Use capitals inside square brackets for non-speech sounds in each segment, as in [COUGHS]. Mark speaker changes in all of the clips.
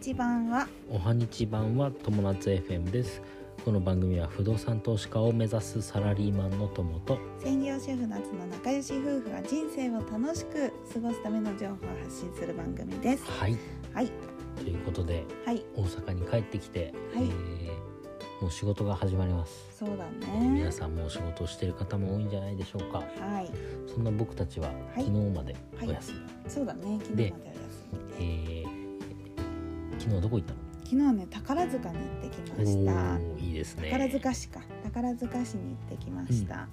Speaker 1: ち版は
Speaker 2: おはにち版は友達 FM ですこの番組は不動産投資家を目指すサラリーマンの友と
Speaker 1: 専業主婦夏の仲良し夫婦が人生を楽しく過ごすための情報を発信する番組です
Speaker 2: はい
Speaker 1: はい
Speaker 2: ということで
Speaker 1: はい
Speaker 2: 大阪に帰ってきて、
Speaker 1: はい
Speaker 2: えーもう仕事が始まります
Speaker 1: そうだね
Speaker 2: 皆さんもう仕事をしている方も多いんじゃないでしょうか
Speaker 1: はい
Speaker 2: そんな僕たちは昨日までお休み、
Speaker 1: そうだね昨日までは休みで
Speaker 2: えー昨日どこ行ったの
Speaker 1: 昨日はね宝塚に行ってきました
Speaker 2: おーいいですね
Speaker 1: 宝塚市か宝塚市に行ってきました、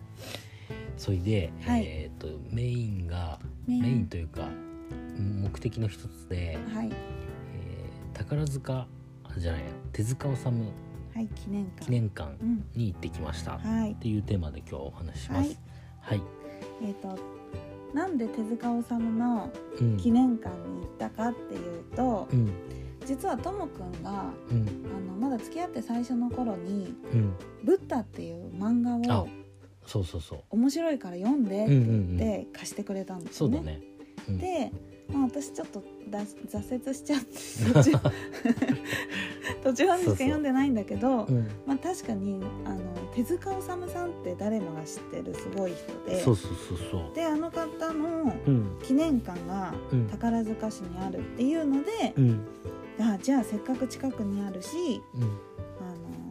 Speaker 2: それで、
Speaker 1: はい
Speaker 2: えっ、とメインがメインというか目的の一つで、
Speaker 1: はい
Speaker 2: えー宝塚あじゃないや手塚治虫
Speaker 1: はい記念館
Speaker 2: 記念館
Speaker 1: うん
Speaker 2: に行ってきました、っ
Speaker 1: はい
Speaker 2: ていうテーマで今日はお話しします。はい、
Speaker 1: えっ、となんで手塚治虫の
Speaker 2: うん、
Speaker 1: 記念館に行ったかっていうと、
Speaker 2: うん
Speaker 1: 実はともくんが
Speaker 2: うん
Speaker 1: あのまだ付き合って最初の頃に
Speaker 2: うん
Speaker 1: 「ブッダ」っていう漫画
Speaker 2: あ
Speaker 1: を
Speaker 2: そうそうそう
Speaker 1: 面白いから読んでって言って貸してくれたんです
Speaker 2: そ
Speaker 1: よね。
Speaker 2: うだね。うん、
Speaker 1: で、まあ、私ちょっとだ挫折しちゃって
Speaker 2: [LAUGHS]
Speaker 1: 途中途中までしか読んでないんだけど
Speaker 2: うん、
Speaker 1: まあ、確かにあの手塚治虫さんって誰もが知ってるすごい人で
Speaker 2: そうそうそうそう。
Speaker 1: であの方の
Speaker 2: うん
Speaker 1: 記念館が
Speaker 2: うん
Speaker 1: 宝塚市にあるっていうので
Speaker 2: う、ん
Speaker 1: あじゃあせっかく近くにあるし
Speaker 2: うん
Speaker 1: あ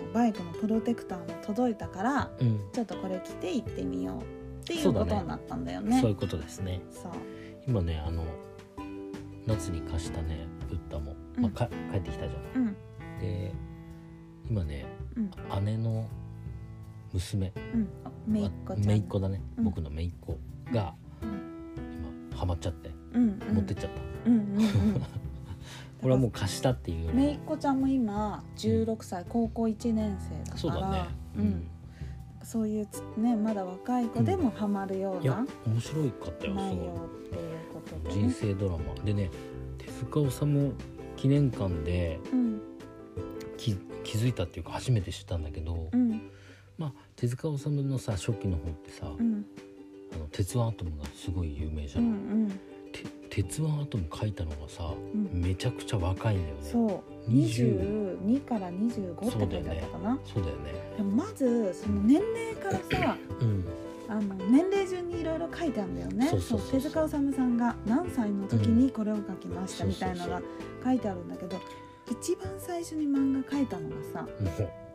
Speaker 1: のバイクのプロテクターも届いたから
Speaker 2: うん、
Speaker 1: ちょっとこれ着て行ってみようってい
Speaker 2: そううだ
Speaker 1: こ
Speaker 2: ね
Speaker 1: とになったんだよね。
Speaker 2: そういうことですね。
Speaker 1: そう
Speaker 2: 今ねあの夏に貸したねブッダも、まあ、か帰ってきたじゃん。
Speaker 1: うん
Speaker 2: で今ね
Speaker 1: うん
Speaker 2: 姉の娘
Speaker 1: うんあめいっ子ちゃん
Speaker 2: 姪っ子だね、
Speaker 1: うん
Speaker 2: 僕の姪っ子が
Speaker 1: うん
Speaker 2: 今ハマっちゃって
Speaker 1: うんうん
Speaker 2: 持ってっちゃった、
Speaker 1: うんうんうん
Speaker 2: これはもう貸したっていうより
Speaker 1: めいっ子ちゃんも今16歳高校1年生だから
Speaker 2: そうだね
Speaker 1: うんそういうつねまだ若い子でもハマるよ
Speaker 2: いう
Speaker 1: な
Speaker 2: や面白かったよ
Speaker 1: 内
Speaker 2: すごい
Speaker 1: 容っていうことで、ね、
Speaker 2: 人生ドラマでね手塚治虫記念館で
Speaker 1: うん
Speaker 2: 気気づいたっていうか初めて知ったんだけど、
Speaker 1: うん
Speaker 2: まあ手塚治虫のさ初期の方ってさ、
Speaker 1: うん
Speaker 2: あの鉄腕アトムがすごい有名じ
Speaker 1: う
Speaker 2: ゃない、
Speaker 1: ん
Speaker 2: て鉄腕アトム書いたのがさ、
Speaker 1: うん
Speaker 2: めちゃくちゃ若いんだよね
Speaker 1: そう
Speaker 2: 20
Speaker 1: 22から25って書いてあったかな、
Speaker 2: そうだよね
Speaker 1: でもまずその年齢からさ
Speaker 2: [CLEARS THROAT] うん
Speaker 1: あの年齢順にいろいろ書いてあるんだよね
Speaker 2: そうそうそうそう
Speaker 1: 手塚治虫さんが何歳の時にこれを書きました
Speaker 2: うん
Speaker 1: みたいなのが書いてあるんだけど、一番最初に漫画書いたのがさ
Speaker 2: も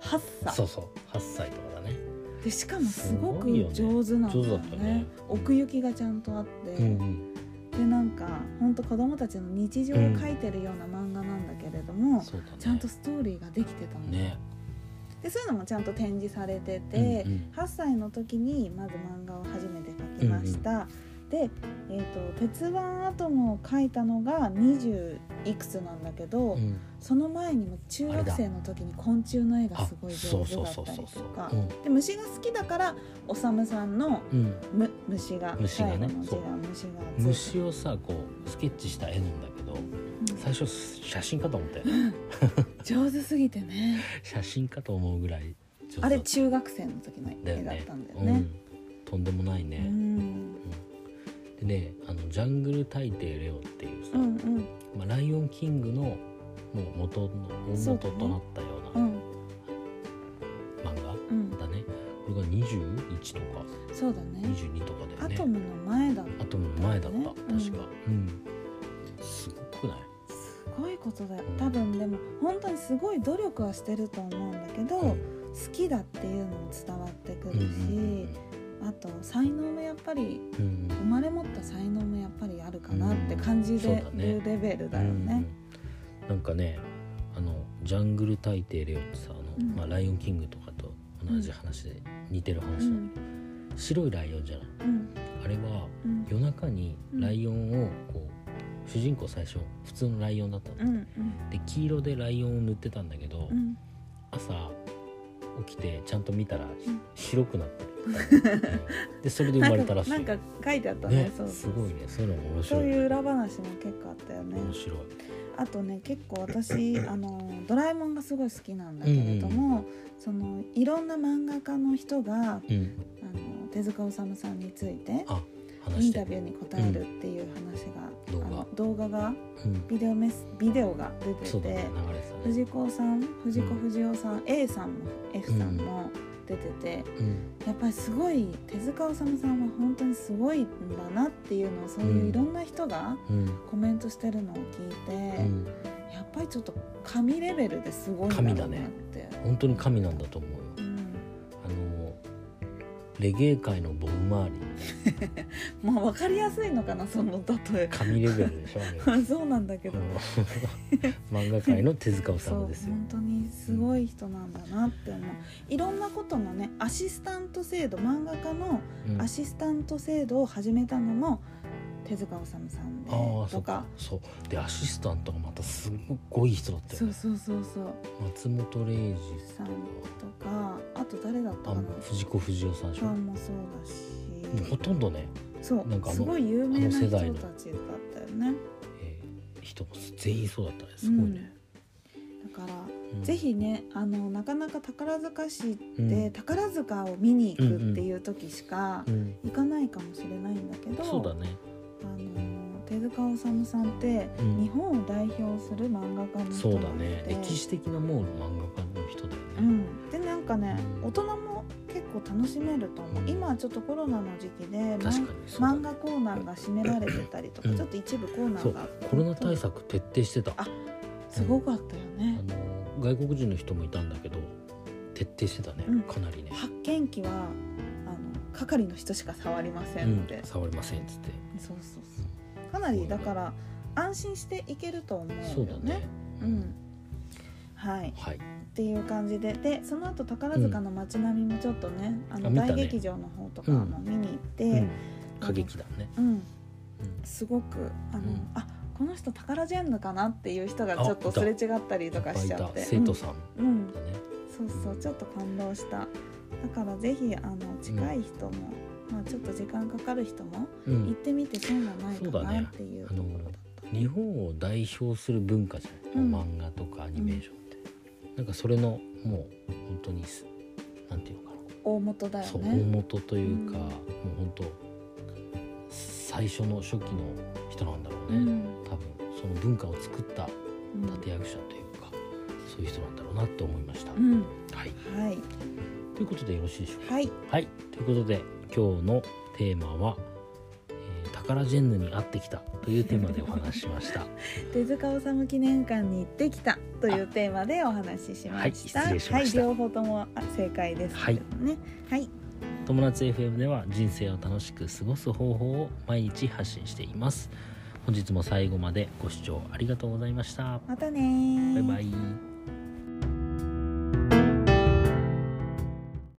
Speaker 1: 8
Speaker 2: う
Speaker 1: 歳
Speaker 2: そうそう8歳とかだね
Speaker 1: でしかもすご
Speaker 2: す
Speaker 1: く
Speaker 2: ごいよね
Speaker 1: 上手なんだよね
Speaker 2: 上手だったね
Speaker 1: 奥行きがちゃんとあって、
Speaker 2: うん
Speaker 1: でなんかほんと子供たちの日常を書いてるような漫画なんだけれども、
Speaker 2: そうだね
Speaker 1: ちゃんとストーリーができてたの、
Speaker 2: ね
Speaker 1: でそういうのもちゃんと展示されてて、
Speaker 2: うんうん
Speaker 1: 8歳の時にまず漫画を初めて描きました、で、えーと「鉄腕アトム」を描いたのが20いくつなんだけど、
Speaker 2: うん
Speaker 1: その前にも中学生の時に昆虫の絵が
Speaker 2: あ
Speaker 1: すごい
Speaker 2: そ
Speaker 1: 上
Speaker 2: う
Speaker 1: 手
Speaker 2: そ
Speaker 1: だ
Speaker 2: う
Speaker 1: っ
Speaker 2: そう
Speaker 1: た
Speaker 2: そ
Speaker 1: り
Speaker 2: う
Speaker 1: と
Speaker 2: そう
Speaker 1: か
Speaker 2: うん
Speaker 1: で虫が好きだからおさむさんの
Speaker 2: うん
Speaker 1: む虫が
Speaker 2: 虫が
Speaker 1: 最
Speaker 2: ね
Speaker 1: 後の字
Speaker 2: そう
Speaker 1: が虫がついて
Speaker 2: 虫をさこうスケッチした絵なんだけど最初写真かと思っ
Speaker 1: [LAUGHS]
Speaker 2: たよ
Speaker 1: うん上手すぎてね
Speaker 2: 写真かと思うぐらい上手
Speaker 1: あ
Speaker 2: だ
Speaker 1: れ
Speaker 2: った
Speaker 1: 中学生の時の
Speaker 2: だよ
Speaker 1: 絵だっ
Speaker 2: ね
Speaker 1: たんだよ
Speaker 2: う
Speaker 1: ね。
Speaker 2: んとんでもないうね
Speaker 1: ん
Speaker 2: でねあのジャングル大帝レオっていうさ
Speaker 1: うんうん
Speaker 2: まあライオンキングのもう元の大
Speaker 1: そう
Speaker 2: 元
Speaker 1: だね
Speaker 2: となったよ
Speaker 1: う
Speaker 2: うなん漫画
Speaker 1: うん
Speaker 2: だねこれが21とか
Speaker 1: そうだね。
Speaker 2: 22とかだよね
Speaker 1: アトムの前だっ
Speaker 2: アトムの前だった、
Speaker 1: ねうん
Speaker 2: 確か、うん、すごくない、
Speaker 1: た。すごいことだよ。多分でも本当にすごい努力はしてると思うんだけど、
Speaker 2: うん
Speaker 1: 好きだっていうのも伝わってく
Speaker 2: うん
Speaker 1: る
Speaker 2: う
Speaker 1: し、
Speaker 2: ん
Speaker 1: あと才能もやっぱり
Speaker 2: うんうん
Speaker 1: 生まれ持った才能もやっぱりあるかなって感じ
Speaker 2: うん
Speaker 1: で
Speaker 2: そうだね
Speaker 1: るレベル
Speaker 2: う
Speaker 1: だよ
Speaker 2: ん
Speaker 1: ね。
Speaker 2: うんなんかねあのジャングル大帝レオってさあの、
Speaker 1: うん
Speaker 2: まあ、ライオンキングとかと同じ話で、似てる話
Speaker 1: う
Speaker 2: なの、
Speaker 1: ん
Speaker 2: 白いライオンじゃない
Speaker 1: うん
Speaker 2: あれは
Speaker 1: うん
Speaker 2: 夜中にライオンをこう主人公最初普通のライオンだったの、
Speaker 1: うんうん
Speaker 2: で黄色でライオンを塗ってたんだけど、
Speaker 1: うん
Speaker 2: 朝起きてちゃんと見たら、
Speaker 1: ん
Speaker 2: 白く
Speaker 1: [LAUGHS]
Speaker 2: なってる、うんでそれで生まれたらしい
Speaker 1: なんかなんか書いてあったね。
Speaker 2: ね
Speaker 1: そう
Speaker 2: すごいねそういうのも
Speaker 1: そ
Speaker 2: 面白
Speaker 1: う
Speaker 2: い
Speaker 1: いう裏話も結構あったよね。
Speaker 2: 面白い
Speaker 1: あとね結構
Speaker 2: [COUGHS]
Speaker 1: 私あのドラえもんがすごい好きなんだけれども、そのいろんな漫画家の人が
Speaker 2: うん
Speaker 1: あの手塚治虫さんについて
Speaker 2: あ話
Speaker 1: イ
Speaker 2: し
Speaker 1: ン
Speaker 2: て
Speaker 1: タ
Speaker 2: る
Speaker 1: ビューに答えるっていう話が、
Speaker 2: 動画
Speaker 1: あの動画が
Speaker 2: うん
Speaker 1: ビデオメスビデオが出て
Speaker 2: そうだ
Speaker 1: て
Speaker 2: ね流れてたね
Speaker 1: 藤子さん藤子
Speaker 2: うん
Speaker 1: 不二雄さん、A さんも F さんも出てて、
Speaker 2: うん
Speaker 1: やっぱりすごい手塚治虫さんは本当にすごいんだなっていうのをそういういろんな人が
Speaker 2: うん
Speaker 1: コメントしてるのを聞いて、
Speaker 2: うん
Speaker 1: やっぱりちょっと神レベルですごいんだろうなって。
Speaker 2: 神だね本当に神なんだと思うよ
Speaker 1: うん
Speaker 2: あのレゲエ界のボブ周り
Speaker 1: まあ分かりやすいのか [LAUGHS] なその例え
Speaker 2: 神レベルでしょあれ
Speaker 1: そうなんだけ
Speaker 2: う
Speaker 1: ど、
Speaker 2: ん漫画界の手塚治
Speaker 1: そう
Speaker 2: 虫ですよ
Speaker 1: 本当にすごい人なんだなって思ういろんなことのねアシスタント制度漫画家の
Speaker 2: うん
Speaker 1: アシスタント制度を始めたのも手塚治虫さんで
Speaker 2: ああそ
Speaker 1: と
Speaker 2: うか
Speaker 1: か
Speaker 2: そうでアシスタントがまたすごい人だったよ
Speaker 1: そう
Speaker 2: ね
Speaker 1: そうそうそう
Speaker 2: 松本零士
Speaker 1: さんとかあと誰だった
Speaker 2: あ
Speaker 1: かな
Speaker 2: 藤子不二雄さんでし
Speaker 1: さ
Speaker 2: ょも
Speaker 1: んもそうだ
Speaker 2: うほ
Speaker 1: し
Speaker 2: とんどね、
Speaker 1: そう
Speaker 2: なんかあの
Speaker 1: すごい有名な
Speaker 2: あの
Speaker 1: 人
Speaker 2: 世
Speaker 1: た
Speaker 2: 代の
Speaker 1: ちだったよね
Speaker 2: えー人も全員そうだったねすごいね、
Speaker 1: うんだから
Speaker 2: うん
Speaker 1: ぜひねあのなかなか宝塚市って、
Speaker 2: うん
Speaker 1: 宝塚を見に行くっていう時しか
Speaker 2: うん
Speaker 1: 行かないかもしれないんだけど、
Speaker 2: そうだね
Speaker 1: あの手塚治虫さんって、
Speaker 2: うん
Speaker 1: 日本を代表する漫画家の人
Speaker 2: そうだ
Speaker 1: なの
Speaker 2: ね
Speaker 1: で
Speaker 2: 歴史的なもう漫画家の人だよ
Speaker 1: う
Speaker 2: ね
Speaker 1: ん、でなんかね大人も結構楽しめると思う、
Speaker 2: うん
Speaker 1: 今はちょっとコロナの時期でまん
Speaker 2: 確かにそうだ
Speaker 1: 漫
Speaker 2: ね
Speaker 1: 画コーナーが閉められてたりとか、
Speaker 2: うん
Speaker 1: ちょっと一部コーナ
Speaker 2: そ
Speaker 1: ー
Speaker 2: う
Speaker 1: が
Speaker 2: コロナ対策徹底してた
Speaker 1: あすごかったよ
Speaker 2: あ
Speaker 1: ね、
Speaker 2: の外国人の人もいたんだけど徹底してたね、
Speaker 1: うん
Speaker 2: かなりね、
Speaker 1: 発見機はあの係の人しか触りませ
Speaker 2: うん
Speaker 1: の
Speaker 2: ん
Speaker 1: で、、
Speaker 2: 触りませんっつって、
Speaker 1: そうそうそうかなりだから安心していけると思うよね
Speaker 2: そうだね
Speaker 1: うんはい
Speaker 2: はい
Speaker 1: っていう感じででその後宝塚の街並みもちょっとね、あの
Speaker 2: あ見たね
Speaker 1: 大劇場の方とかも見に行って、
Speaker 2: うん過激だね、
Speaker 1: うん
Speaker 2: うん
Speaker 1: すごくあの、
Speaker 2: うん
Speaker 1: あこの人宝ジェンヌかなっていう人が
Speaker 2: あ
Speaker 1: ちょっと
Speaker 2: いた
Speaker 1: すれ違ったりとかしちゃって
Speaker 2: 生徒さん
Speaker 1: うん、うん
Speaker 2: だね、
Speaker 1: そうそうちょっと感動しただからぜひあの近い人も、まあ、ちょっと時間かかる人も
Speaker 2: うん
Speaker 1: 行ってみて損はない
Speaker 2: そう
Speaker 1: か
Speaker 2: だ
Speaker 1: な
Speaker 2: ね
Speaker 1: っていう
Speaker 2: あ
Speaker 1: とこ
Speaker 2: の
Speaker 1: ろだった、
Speaker 2: 日本を代表する文化じゃない、
Speaker 1: うん
Speaker 2: 漫画とかアニメーションって、なんかそれのもう本当にすなんていうのか
Speaker 1: 大元だ
Speaker 2: な、
Speaker 1: よ
Speaker 2: そう大
Speaker 1: ね
Speaker 2: 元というか、
Speaker 1: うん
Speaker 2: もう本当最初の初期の人なんだろう
Speaker 1: う
Speaker 2: ね、
Speaker 1: ん
Speaker 2: 多分その文化を作った
Speaker 1: うん
Speaker 2: 立役者というかそういう人なんだろうなって思いました。
Speaker 1: うん
Speaker 2: はい、
Speaker 1: はい
Speaker 2: ということでよろしいでしょうか。
Speaker 1: はい
Speaker 2: はい、ということで今日のテーマは「えー、宝ジェンヌに会ってきた」というテーマでお話ししました。
Speaker 1: 手塚治虫記念館に行ってきたというテーマでお話ししました。
Speaker 2: はい失礼しました
Speaker 1: はい両方ともあ正解ですけどね。はい、
Speaker 2: 友達 FM では人生を楽しく過ごす方法を毎日発信しています本日も最後までご視聴ありがとうございました
Speaker 1: またねー。
Speaker 2: バイバイ